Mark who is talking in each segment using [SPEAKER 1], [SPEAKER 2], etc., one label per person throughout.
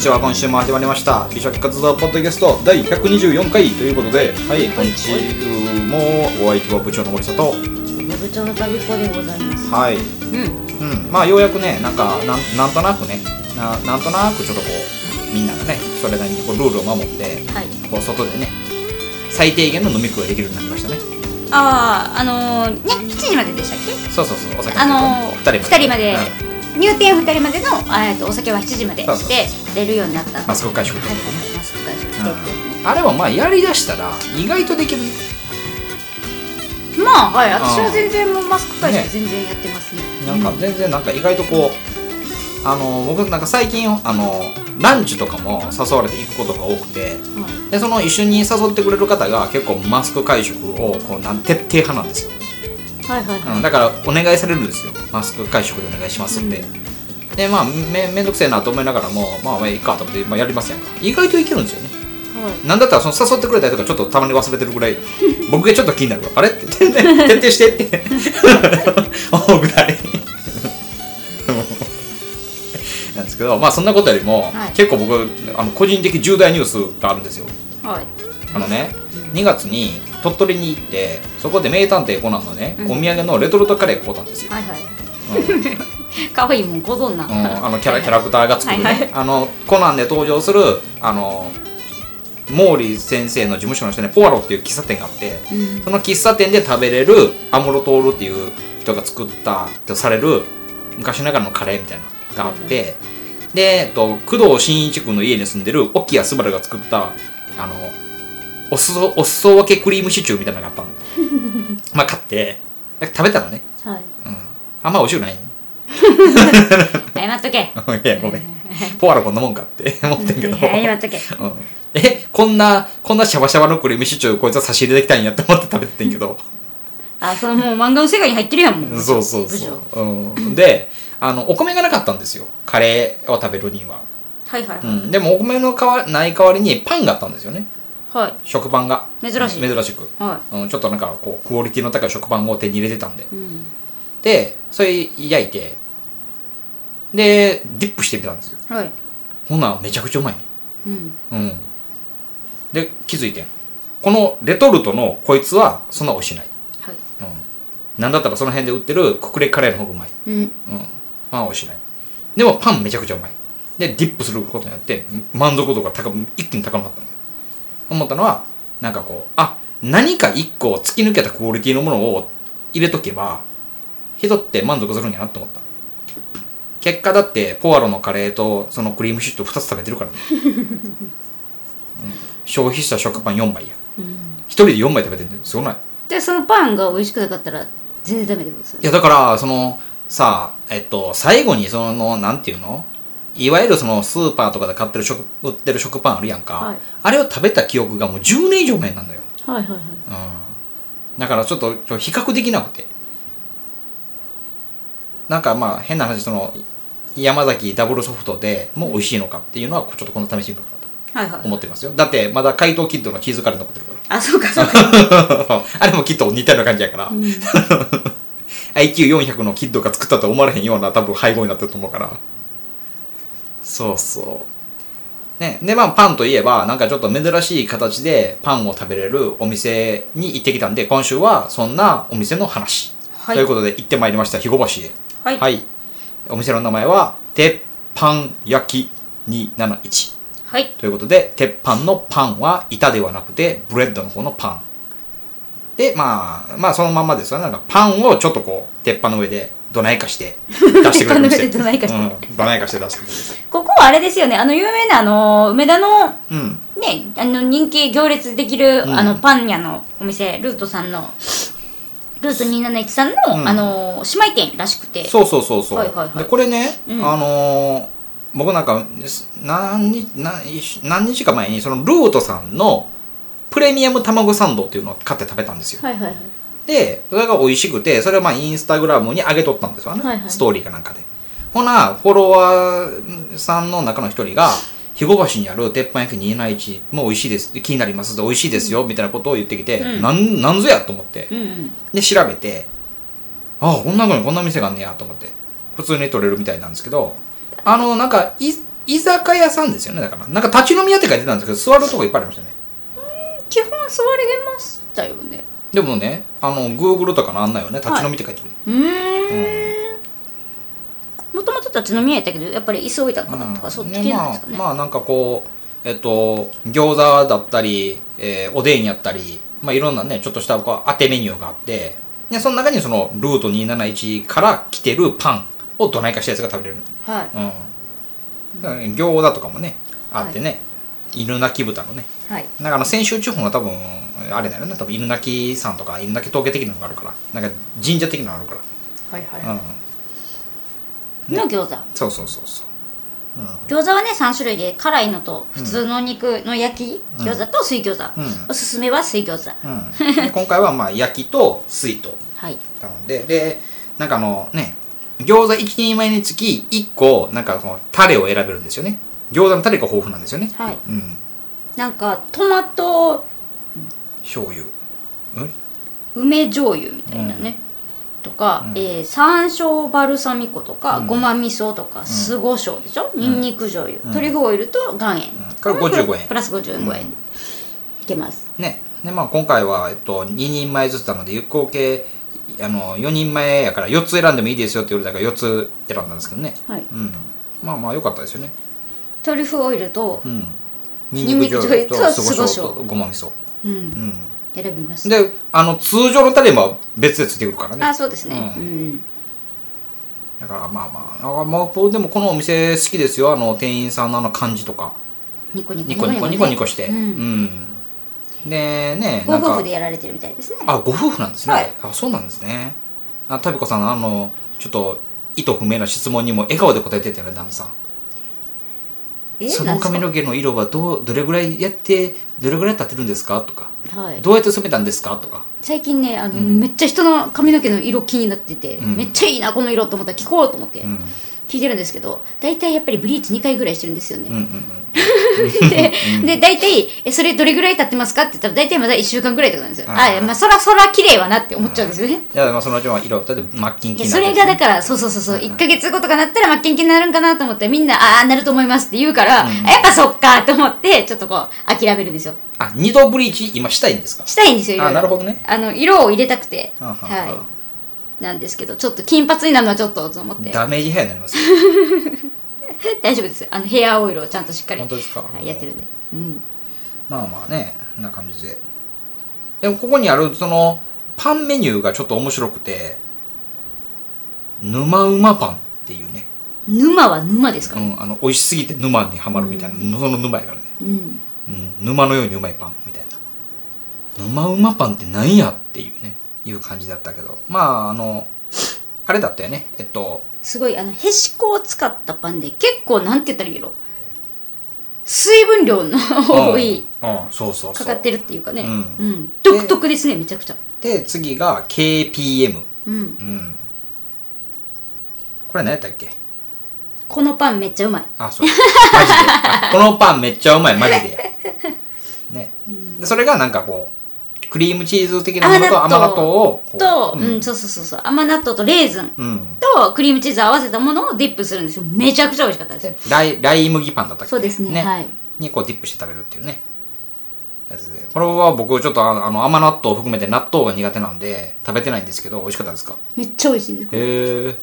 [SPEAKER 1] ちは今週も始まりました美食活動ポッドキャスト第124回ということではい今週もお相手は部長の森里
[SPEAKER 2] 部長の旅子でございます。
[SPEAKER 1] はい、
[SPEAKER 2] うん。
[SPEAKER 1] うん、まあようやくねなんかなんなんとなくねななんとなくちょっとこうみんながねそれなりにこうルールを守って
[SPEAKER 2] はい。
[SPEAKER 1] こう外でね最低限の飲み食いができるようになりましたね
[SPEAKER 2] ああ、あのー、ね、7時まででしたっけ
[SPEAKER 1] そうそうそうお酒
[SPEAKER 2] あのー、
[SPEAKER 1] 二人まで
[SPEAKER 2] まで、入店2人までの、あーえっと、お酒は7時まで
[SPEAKER 1] そうそうそう
[SPEAKER 2] で出るようになった。
[SPEAKER 1] うんマスク会食とか
[SPEAKER 2] はいはいマスク会食してって
[SPEAKER 1] あれはまあやりだしたら意外とできるね
[SPEAKER 2] まあ、はい、私は全然もうマスク会食全然やってますね。
[SPEAKER 1] なんか全然なんか意外とこうあの僕なんか最近あのランチとかも誘われて行くことが多くて
[SPEAKER 2] うん、はい
[SPEAKER 1] でその一緒に誘ってくれる方が結構マスク会食をこうなん徹底派なんですよ、
[SPEAKER 2] はいはいはい。
[SPEAKER 1] うん、だからお願いされるんですよマスク会食でお願いしますって、でまあめめんどくせえなと思いながらもまあまあいいかと思って、まあ、やりますやんか意外といけるんですよねなんだったらその誘ってくれたりとかちょっとたまに忘れてるぐ らい僕がちょっと気になるからあれって徹底してって 思うぐらいなんですけどまあそんなことよりも、
[SPEAKER 2] はい
[SPEAKER 1] 結構僕あの個人的重大ニュースがあるんですよ
[SPEAKER 2] はい。
[SPEAKER 1] あのね2月に鳥取に行ってそこで名探偵コナンのね、
[SPEAKER 2] うん
[SPEAKER 1] お土産のレトルトカレー買うたんですよ、
[SPEAKER 2] はいはい。 可愛いもんご存んな。
[SPEAKER 1] うんあのキャラキャラクターが作る、ね
[SPEAKER 2] はいは
[SPEAKER 1] あのコナンで登場するあの毛利先生の事務所の下にポワロっていう喫茶店があって、
[SPEAKER 2] うん
[SPEAKER 1] その喫茶店で食べれるアムロトールっていう人が作ったとされる昔ながらのカレーみたいなのがあって、で、えっと、工藤新一君の家に住んでる沖谷昴が作ったあのお裾お裾分けクリームシチューみたいなのがあったのまあ買って食べたのね
[SPEAKER 2] はい。
[SPEAKER 1] あんま美味しくない い
[SPEAKER 2] 謝っとけ。
[SPEAKER 1] やごめんポワロこんなもんかって 思ってんけど、
[SPEAKER 2] 謝っとけ。
[SPEAKER 1] うんえこんなこんなシャバシャバのクリームシチューこいつは差し入れできたんやって思って食べててんけど
[SPEAKER 2] あ、それもう漫画の世界に入ってるやんもん。
[SPEAKER 1] そうそう
[SPEAKER 2] 部長
[SPEAKER 1] そう、うん、であのお米がなかったんですよカレーを食べるには、
[SPEAKER 2] はいはいは
[SPEAKER 1] う
[SPEAKER 2] い。
[SPEAKER 1] ん、でもお米の代わない代わりにパンがあったんですよね
[SPEAKER 2] はい。
[SPEAKER 1] 食パンが
[SPEAKER 2] 珍しい
[SPEAKER 1] 珍しく、
[SPEAKER 2] は
[SPEAKER 1] うん、ちょっとなんかこうクオリティの高い食パンを手に入れてたんで
[SPEAKER 2] い。うん。
[SPEAKER 1] でそれ焼いてでディップしてみたんですよ
[SPEAKER 2] はい。
[SPEAKER 1] ほんならめちゃくちゃうまいね
[SPEAKER 2] うん。
[SPEAKER 1] うんで気づいてんこのレトルトのこいつはそんな美味しない、
[SPEAKER 2] はい。
[SPEAKER 1] うん、なんだったらその辺で売ってるククレカレーの方がうまい
[SPEAKER 2] うん。
[SPEAKER 1] うん、パンは美味しないでもパンめちゃくちゃうまいでディップすることによって満足度が高く一気に高まったのよ思ったのはなんかこうあ何か一個突き抜けたクオリティのものを入れとけば人って満足するんやなって思った結果だってポワロのカレーとそのクリームシチュー2つ食べてる からね、うん消費した食パン4枚や
[SPEAKER 2] うん。
[SPEAKER 1] 1人で4枚食べてるんだよすごない
[SPEAKER 2] で、そのパンが美味しくなかったら、全然ダメでください
[SPEAKER 1] い。やだからそのさあえっと最後にそのなんていうのいわゆるそのスーパーとかで買ってる食売ってる食パンあるやんか、
[SPEAKER 2] はい
[SPEAKER 1] あれを食べた記憶がもう10年以上前なんだよ、
[SPEAKER 2] はいはいはい。
[SPEAKER 1] うん、だからちょっとちょっと比較できなくてなんかまあ変な話その山崎ダブルソフトでもう美味しいのかっていうのはちょっとこの試してみようかな
[SPEAKER 2] はい
[SPEAKER 1] と
[SPEAKER 2] は
[SPEAKER 1] 思
[SPEAKER 2] い。
[SPEAKER 1] ってますよだってまだ怪盗キッドのチーズカレー残ってるから
[SPEAKER 2] あ、そうかそうか。
[SPEAKER 1] あれもきっと似たような感じや から、IQ400 のキッドが作ったと思われへんような多分配合になってると思うからそうそうねでまあパンといえばなんかちょっと珍しい形でパンを食べれるお店に行ってきたんで今週はそんなお店の話、
[SPEAKER 2] はい
[SPEAKER 1] ということで行ってまいりました肥後橋へ
[SPEAKER 2] はい。
[SPEAKER 1] はい、お店の名前は鉄板焼き271
[SPEAKER 2] はい。
[SPEAKER 1] ということで鉄板のパンは板ではなくてブレッドの方のパンでまあまあそのまんまですよねなんかパンをちょっとこう鉄板の上でどないかして出してくれる店
[SPEAKER 2] 鉄板の上でどないかして
[SPEAKER 1] うん、どないかして出してくれる店
[SPEAKER 2] ここはあれですよね。あの、有名な、あの、梅田の、
[SPEAKER 1] うん
[SPEAKER 2] ね、あの、人気行列できる、
[SPEAKER 1] ん
[SPEAKER 2] あの、パン屋のお店、ルートさんの、ルート271さんの、
[SPEAKER 1] うん
[SPEAKER 2] あの、姉妹店らしくて。
[SPEAKER 1] そうそうそうそう、
[SPEAKER 2] はいはいはい
[SPEAKER 1] でこれね、
[SPEAKER 2] うん
[SPEAKER 1] あのー僕なんかす何日何日何日か前にそのルートさんのプレミアム卵サンドっていうのを買って食べたんですよ
[SPEAKER 2] はいはいはい。
[SPEAKER 1] でそれが美味しくてそれをまあインスタグラムに上げとったんですよね、
[SPEAKER 2] はいはい
[SPEAKER 1] ストーリーかなんかでほなフォロワーさんの中の一人が肥後橋にある鉄板焼き271も美味しいです気になります美味しいですよ、みたいなことを言ってきて、
[SPEAKER 2] うん
[SPEAKER 1] なんなんぞやと思って
[SPEAKER 2] うんうん。
[SPEAKER 1] で調べてああこんなふうにこんな店があんねやと思って普通に取れるみたいなんですけどあのなんかい居酒屋さんですよねだからなんか立ち飲み屋って書いてたんですけど座るとこいっぱいありましたね
[SPEAKER 2] 基本座れましたよね
[SPEAKER 1] でもねあの Google とかの案内はね立ち飲みって書いてる、
[SPEAKER 2] うーんもともと立ち飲み屋やったけどやっぱり急いだからとか、そっち系なんですかね
[SPEAKER 1] まあまあなんかこうえっと餃子だったり、えーおでんやったりまあいろんなねちょっとしたこう当てメニューがあってでその中にそのルート271から来てるパンをどないかしたやつが食べれる
[SPEAKER 2] はい
[SPEAKER 1] うんだからね餃子とかもねあってね、犬鳴豚のね
[SPEAKER 2] はい
[SPEAKER 1] なんかあの先週地方が多分あれだよね多分犬鳴さんとか犬鳴峠的なのがあるからなんか神社的なのあるか
[SPEAKER 2] はいはい
[SPEAKER 1] ら、うん、
[SPEAKER 2] の餃子
[SPEAKER 1] そうそうそうそう
[SPEAKER 2] 餃子はね3種類で辛いのと普通の肉の焼き、餃子と水餃子、
[SPEAKER 1] うん
[SPEAKER 2] おすすめは水餃子、
[SPEAKER 1] うん、で今回はまあ焼きと水と
[SPEAKER 2] はい
[SPEAKER 1] 頼んででなんかあのね餃子1人前につき1個なんかこのタレを選べるんですよね餃子のタレが豊富なんですよね
[SPEAKER 2] はい
[SPEAKER 1] うん
[SPEAKER 2] なんかトマト
[SPEAKER 1] 醤油うん
[SPEAKER 2] 梅醤油みたいなね、とか、えー山椒バルサミコとか、ごま味噌とか酢胡椒でしょ、にんにく醤油、トリュフオイルと岩塩、
[SPEAKER 1] これ55円
[SPEAKER 2] プラス55円、いけます
[SPEAKER 1] ねでまあ今回は、えっと、2人前ずつなので有効系あの4人前やから4つ選んでもいいですよって言われたから4つ選んだんですけどね
[SPEAKER 2] はい
[SPEAKER 1] うんまあまあ良かったですよね
[SPEAKER 2] トリュフオイルと
[SPEAKER 1] う、んに
[SPEAKER 2] にん
[SPEAKER 1] ん
[SPEAKER 2] に
[SPEAKER 1] に
[SPEAKER 2] く
[SPEAKER 1] く
[SPEAKER 2] 醤
[SPEAKER 1] 醤
[SPEAKER 2] 油
[SPEAKER 1] 油
[SPEAKER 2] と
[SPEAKER 1] と酢
[SPEAKER 2] 酢胡
[SPEAKER 1] 胡椒
[SPEAKER 2] 椒
[SPEAKER 1] とごま味噌
[SPEAKER 2] うん
[SPEAKER 1] うん
[SPEAKER 2] 選びました
[SPEAKER 1] であの通常のタレも別でついてくるからね
[SPEAKER 2] あそうですね、う
[SPEAKER 1] うんんだからまあまあなんかまあ僕でもこのお店好きですよあの店員さんのあの感じとか
[SPEAKER 2] ニコニコ
[SPEAKER 1] ニコニコニコニコして
[SPEAKER 2] う
[SPEAKER 1] うんん、でね
[SPEAKER 2] ご
[SPEAKER 1] なん
[SPEAKER 2] 夫婦
[SPEAKER 1] か
[SPEAKER 2] でやられてるみたいですね
[SPEAKER 1] あご夫婦なんですね、
[SPEAKER 2] はい
[SPEAKER 1] あそうなんですねあタビコさんのあのちょっと意図不明な質問にも笑顔で答えてたよね旦那さん
[SPEAKER 2] え
[SPEAKER 1] その髪
[SPEAKER 2] なん
[SPEAKER 1] の毛の色はどうどれぐらいやってどれぐらい経ってるんですかとか
[SPEAKER 2] ですかはい
[SPEAKER 1] どうやって染めたんですかとか
[SPEAKER 2] 最近ねあの、めっちゃ人の髪の毛の色気になってて、
[SPEAKER 1] うん
[SPEAKER 2] めっちゃいいなこの色と思ったら聞こうと思って、
[SPEAKER 1] うん
[SPEAKER 2] 聞いてるんですけど大体やっぱりブリーチ2回ぐらいしてるんですよ
[SPEAKER 1] うんう
[SPEAKER 2] ね、
[SPEAKER 1] んうん
[SPEAKER 2] でで大体えそれどれぐらい経ってますかって言ったら大体まだ1週間ぐらいとかなんですよ、
[SPEAKER 1] はい
[SPEAKER 2] あまあそらそら綺麗はなって思っちゃうんですよね、
[SPEAKER 1] いやまあそのうちは色だってマッキン
[SPEAKER 2] い
[SPEAKER 1] キ
[SPEAKER 2] や
[SPEAKER 1] ン
[SPEAKER 2] それがだからそうそうそうそう1か月後とかなったら真っキになるんかなと思ってみんなああなると思いますって言うから、あやっぱそっかと思ってちょっとこう諦めるんですよ
[SPEAKER 1] あ二度ブリーチ今したいんですか
[SPEAKER 2] したいんですよ色々
[SPEAKER 1] あなるほどね
[SPEAKER 2] あの色を入れたくて
[SPEAKER 1] はあはあはあ
[SPEAKER 2] はいなんですけどちょっと金髪になるのはちょっとと思って
[SPEAKER 1] ダメージヘアになりますよ
[SPEAKER 2] 大丈夫ですあのヘアオイルをちゃんとしっかり
[SPEAKER 1] 本当ですか
[SPEAKER 2] はいやってるんでうん
[SPEAKER 1] まあまあねこんな感じででもここにあるそのパンメニューがちょっと面白くて沼うまパンっていうね、
[SPEAKER 2] 沼は沼ですか
[SPEAKER 1] う
[SPEAKER 2] ら
[SPEAKER 1] ん、あの美味しすぎて沼にはまるみたいな、その沼やからね、
[SPEAKER 2] うん
[SPEAKER 1] うん、沼のようにうまいパンみたいな沼うまパンってなんやっていうねいう感じだったけどまああのあれだったよねえっと
[SPEAKER 2] すごいあのへしこを使ったパンで結構なんて言ったらいいやろ水分量の多い
[SPEAKER 1] うん、うんそうそうそ
[SPEAKER 2] か
[SPEAKER 1] う
[SPEAKER 2] かってるっていうかね、
[SPEAKER 1] そううんう
[SPEAKER 2] 独特ですねめちゃくちゃ
[SPEAKER 1] で次が KPM
[SPEAKER 2] うん
[SPEAKER 1] うんこれ何やったっけ
[SPEAKER 2] このパンめっちゃうまい
[SPEAKER 1] あ、そう。マジで。あこのパンめっちゃうまい、マジでや。ね。でそれがなんかこう、クリームチーズ的なものと甘
[SPEAKER 2] 甘納
[SPEAKER 1] 納
[SPEAKER 2] 豆
[SPEAKER 1] 豆をこう。
[SPEAKER 2] と、
[SPEAKER 1] う
[SPEAKER 2] うん
[SPEAKER 1] ん。
[SPEAKER 2] そうそうそうそう甘納豆とレーズン
[SPEAKER 1] うん
[SPEAKER 2] とクリームチーズを合わせたものをディップするんですよめちゃくちゃ美味しかったですよ
[SPEAKER 1] ライライ麦パンだったっけ
[SPEAKER 2] そうですねはい
[SPEAKER 1] にこうディップして食べるっていうね。やつで。これは僕ちょっとああの甘納豆を含めて納豆が苦手なんで食べてないんですけど、美味しかったですか
[SPEAKER 2] めっちゃ美味しいです
[SPEAKER 1] へえ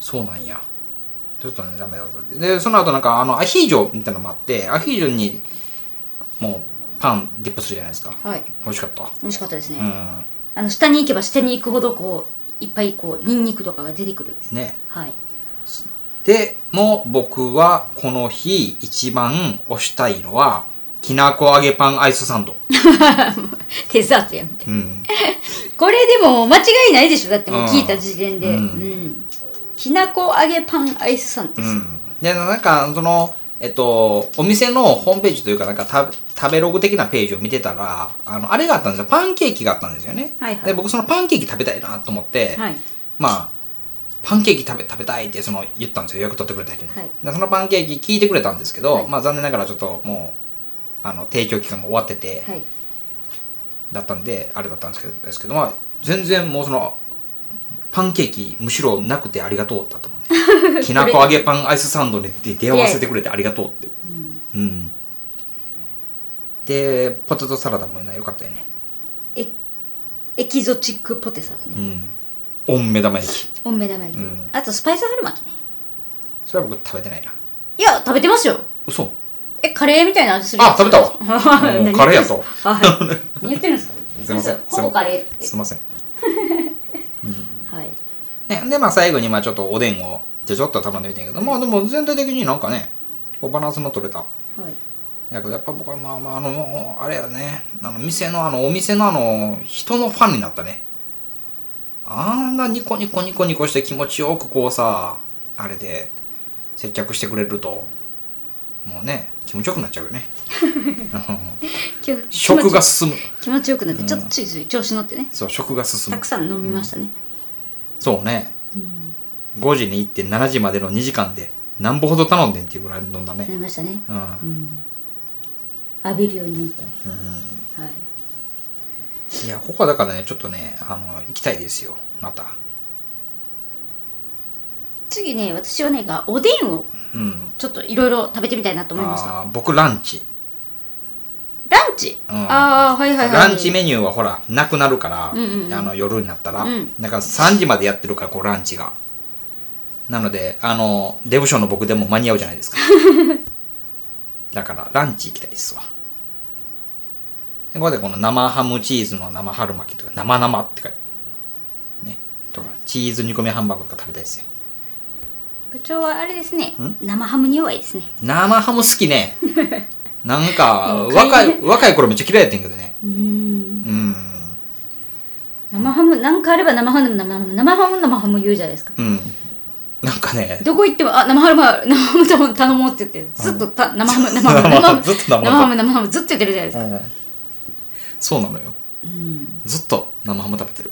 [SPEAKER 1] そうなんやちょっとねダメだったでその後なんかあのアヒージョみたいなのもあってアヒージョにもうパンディップするじゃないですか
[SPEAKER 2] はい
[SPEAKER 1] 美味しかった
[SPEAKER 2] 美味しかったですね、
[SPEAKER 1] う
[SPEAKER 2] あの下に行けば下に行くほどこういっぱいこうニンニクとかが出てくる
[SPEAKER 1] んね
[SPEAKER 2] はい
[SPEAKER 1] でもう僕はこの日一番推したいのはきなこ揚げパンアイスサンド
[SPEAKER 2] デザートやみたい
[SPEAKER 1] うん
[SPEAKER 2] なこれでも間違いないでしょだってもう聞いた時点でう、
[SPEAKER 1] うんん
[SPEAKER 2] きなこ揚げパンアイスサンド
[SPEAKER 1] う
[SPEAKER 2] です、
[SPEAKER 1] んでなんかそのえっとお店のホームページというかなんかた食べログ的なページを見てたらあのあれがあったんですよパンケーキがあったんですよね、
[SPEAKER 2] はいはい
[SPEAKER 1] で僕そのパンケーキ食べたいなと思って、
[SPEAKER 2] はい
[SPEAKER 1] まあパンケーキ食べ食べたいってその言ったんですよ予約取ってくれた人に、
[SPEAKER 2] はい
[SPEAKER 1] でそのパンケーキ聞いてくれたんですけど、
[SPEAKER 2] はい
[SPEAKER 1] まあ残念ながらちょっともうあの提供期間が終わってて、
[SPEAKER 2] はい
[SPEAKER 1] だったんであれだったんですけどですけど、まあ、全然もうそのパンケーキむしろなくてありがとうだと思うねきなこ揚げパンアイスサンドに出会わせてくれてありがとうってうんでポテトサラダもねよかったよね
[SPEAKER 2] えエキゾチックポテサラ
[SPEAKER 1] う
[SPEAKER 2] ね、
[SPEAKER 1] んおん目玉焼き
[SPEAKER 2] おんめだめ焼き、
[SPEAKER 1] うん
[SPEAKER 2] あとスパイス春巻きね
[SPEAKER 1] それは僕食べてないない
[SPEAKER 2] や食べてますよ
[SPEAKER 1] 嘘
[SPEAKER 2] えカレーみたいな味する
[SPEAKER 1] あ食べ たわ
[SPEAKER 2] 何
[SPEAKER 1] もうカレーやと
[SPEAKER 2] はい何言ってる んですか
[SPEAKER 1] すいません
[SPEAKER 2] ほぼカレーって
[SPEAKER 1] すいません、
[SPEAKER 2] はい
[SPEAKER 1] ね、でまあ最後にまあちょっとおでんをちょちょっと頼んでみたんやけどまあでも全体的になんかねこうバランスの取れた
[SPEAKER 2] はい
[SPEAKER 1] やけどやっぱ僕はまあまああのあれやねあの店のあのお店のあの人のファンになったねあんなニコニコニコニコして気持ちよくこうさあれで接客してくれるともうね気持ちよくなっちゃうよね うん
[SPEAKER 2] 今日
[SPEAKER 1] 食が進む
[SPEAKER 2] 気持ちよくなって
[SPEAKER 1] うん
[SPEAKER 2] ちょっとついつい調子乗ってね
[SPEAKER 1] そう食が進
[SPEAKER 2] た
[SPEAKER 1] む
[SPEAKER 2] くさん飲みましたね、
[SPEAKER 1] そうね
[SPEAKER 2] うん
[SPEAKER 1] 5時に行って7時までの2時間で何歩ほど頼んでんっていうぐらい飲んだね
[SPEAKER 2] 飲みましたね、
[SPEAKER 1] うん、
[SPEAKER 2] うん、浴びるように飲んだね、はい
[SPEAKER 1] いやここはだからねちょっとねあの行きたいですよまた
[SPEAKER 2] 次ね私はねがおでんを
[SPEAKER 1] うん
[SPEAKER 2] ちょっといろいろ食べてみたいなと思いました
[SPEAKER 1] あー僕ランチ、
[SPEAKER 2] ランチ、
[SPEAKER 1] うん
[SPEAKER 2] ああはいはいはい
[SPEAKER 1] ランチメニューはほらなくなるから、
[SPEAKER 2] うんうんうん
[SPEAKER 1] あの夜になったら、
[SPEAKER 2] うん
[SPEAKER 1] だから3時までやってるからこうランチがなのであのデブショーの僕でも間に合うじゃない ですかだからランチ行きたいですわでここでこの生ハムチーズの生春巻きとか生生って書いてねとかチーズ煮込みハンバーグとか食べたいですよ
[SPEAKER 2] 部長はあれですね
[SPEAKER 1] ん
[SPEAKER 2] 生ハムに弱いですね
[SPEAKER 1] 生ハム好き ねなんか
[SPEAKER 2] もう
[SPEAKER 1] 若い若い頃めっちゃ嫌いやったんやけどね
[SPEAKER 2] うん
[SPEAKER 1] うん
[SPEAKER 2] 生ハムなんかあれば生ハム生ハム生ハム生ハム言うじゃないですか
[SPEAKER 1] うんなんかね
[SPEAKER 2] どこ行ってもあ生ハム生ハム頼む頼もうって言ってずっとた生ハム生ハム
[SPEAKER 1] 生
[SPEAKER 2] 生ハ
[SPEAKER 1] ハム
[SPEAKER 2] ム
[SPEAKER 1] ずっと生ハム
[SPEAKER 2] 生ハム生ハムずっと言ってるじゃないですか、
[SPEAKER 1] そうなのよ
[SPEAKER 2] うん、
[SPEAKER 1] ずっと生ハム食べてる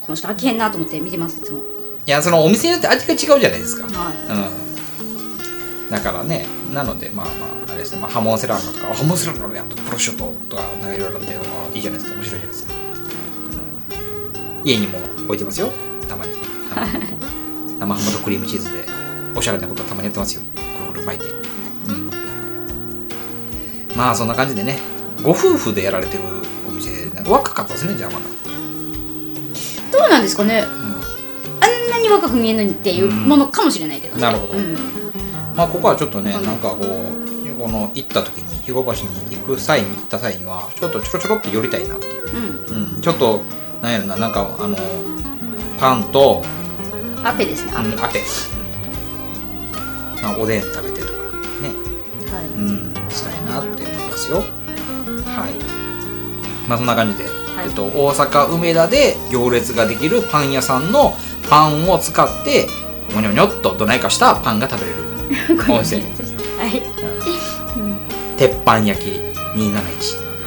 [SPEAKER 2] この人飽きへんなと思って見てますいつも
[SPEAKER 1] いやそのお店によって味が違うじゃないですか、
[SPEAKER 2] は
[SPEAKER 1] うんだからねなのでまあまああれですね、まあ、ハモンセラーノとかあハモンセラーノあるやんとかプロシュートとかなんかいろいろあってあいいじゃないですか面白いじゃないですか、うん家にも置いてますよたまに生ハム生ハムとクリームチーズでおしゃれなことたまにやってますよくるくる巻いて、うん、まあそんな感じでねご夫婦でやられてるお店なんか若かったですねじゃあまだ
[SPEAKER 2] いどうなんですか
[SPEAKER 1] う
[SPEAKER 2] ね
[SPEAKER 1] ん
[SPEAKER 2] あんなに若く見えるのにっていうものかもしれないけどね、
[SPEAKER 1] なるほど
[SPEAKER 2] うん
[SPEAKER 1] まあ、ここはちょっとね、
[SPEAKER 2] はい
[SPEAKER 1] なんかこう、この行った時に、肥後橋に行く際に行った際には、ちょっとちょろちょろって寄りたいなっていう。
[SPEAKER 2] うん
[SPEAKER 1] うん、ちょっと、なんやろな、なんか、あの、パンと、
[SPEAKER 2] アペですね
[SPEAKER 1] う
[SPEAKER 2] アペ、
[SPEAKER 1] ん、あて、うんまあ、おでん食べてとか、ね、
[SPEAKER 2] はい
[SPEAKER 1] うん、したいなって思いますよ。はい。まあ、そんな感じで、
[SPEAKER 2] はい
[SPEAKER 1] えっと、大阪梅田で行列ができるパン屋さんのパンを使って、もにょもにょっとどないかしたパンが食べれるお店。
[SPEAKER 2] はい、
[SPEAKER 1] 鉄板焼き271
[SPEAKER 2] は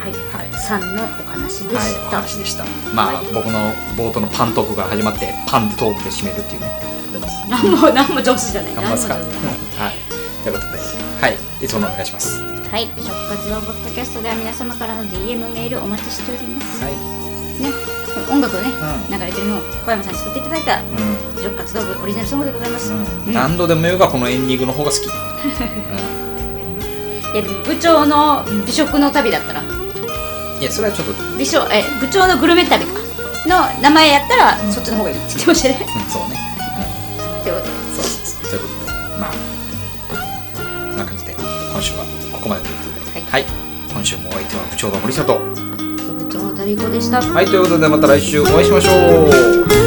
[SPEAKER 2] い、
[SPEAKER 1] はい、
[SPEAKER 2] さんのお話で
[SPEAKER 1] はい、
[SPEAKER 2] し
[SPEAKER 1] お
[SPEAKER 2] た、
[SPEAKER 1] 話でしたまあ、
[SPEAKER 2] はい
[SPEAKER 1] 僕の冒頭のパントークが始まってパンでトークで締めるっていうね
[SPEAKER 2] 何も何も上手じゃない
[SPEAKER 1] 頑張りますか
[SPEAKER 2] 何も上手じゃな
[SPEAKER 1] はい
[SPEAKER 2] い
[SPEAKER 1] ということではいいつものお願いしますは
[SPEAKER 2] はい、食活動ポッドキャストでは皆様からの DM メールお待ちしております、
[SPEAKER 1] い
[SPEAKER 2] ね、音楽をね、
[SPEAKER 1] う
[SPEAKER 2] 流れてるのを小山さんに作っていただいた
[SPEAKER 1] う
[SPEAKER 2] 食活動部オリジナルソングでございます、
[SPEAKER 1] ん、
[SPEAKER 2] うん
[SPEAKER 1] 何度でも言うがこのエンディングの方が好 き、
[SPEAKER 2] いやでも部長の美食の旅だったら
[SPEAKER 1] うん、いやそれはちょっと、
[SPEAKER 2] 美食え部長のグルメ旅かの名前やったら、そっちの方がいいって言ってましたね
[SPEAKER 1] うんそうね、
[SPEAKER 2] ということで
[SPEAKER 1] うん、そうそうそうということでまあそんな感じで今週はここまでということで
[SPEAKER 2] は
[SPEAKER 1] はい、今週もお相手は部長の森里
[SPEAKER 2] 部長の旅子でした
[SPEAKER 1] はいということでまた来週お会いしましょう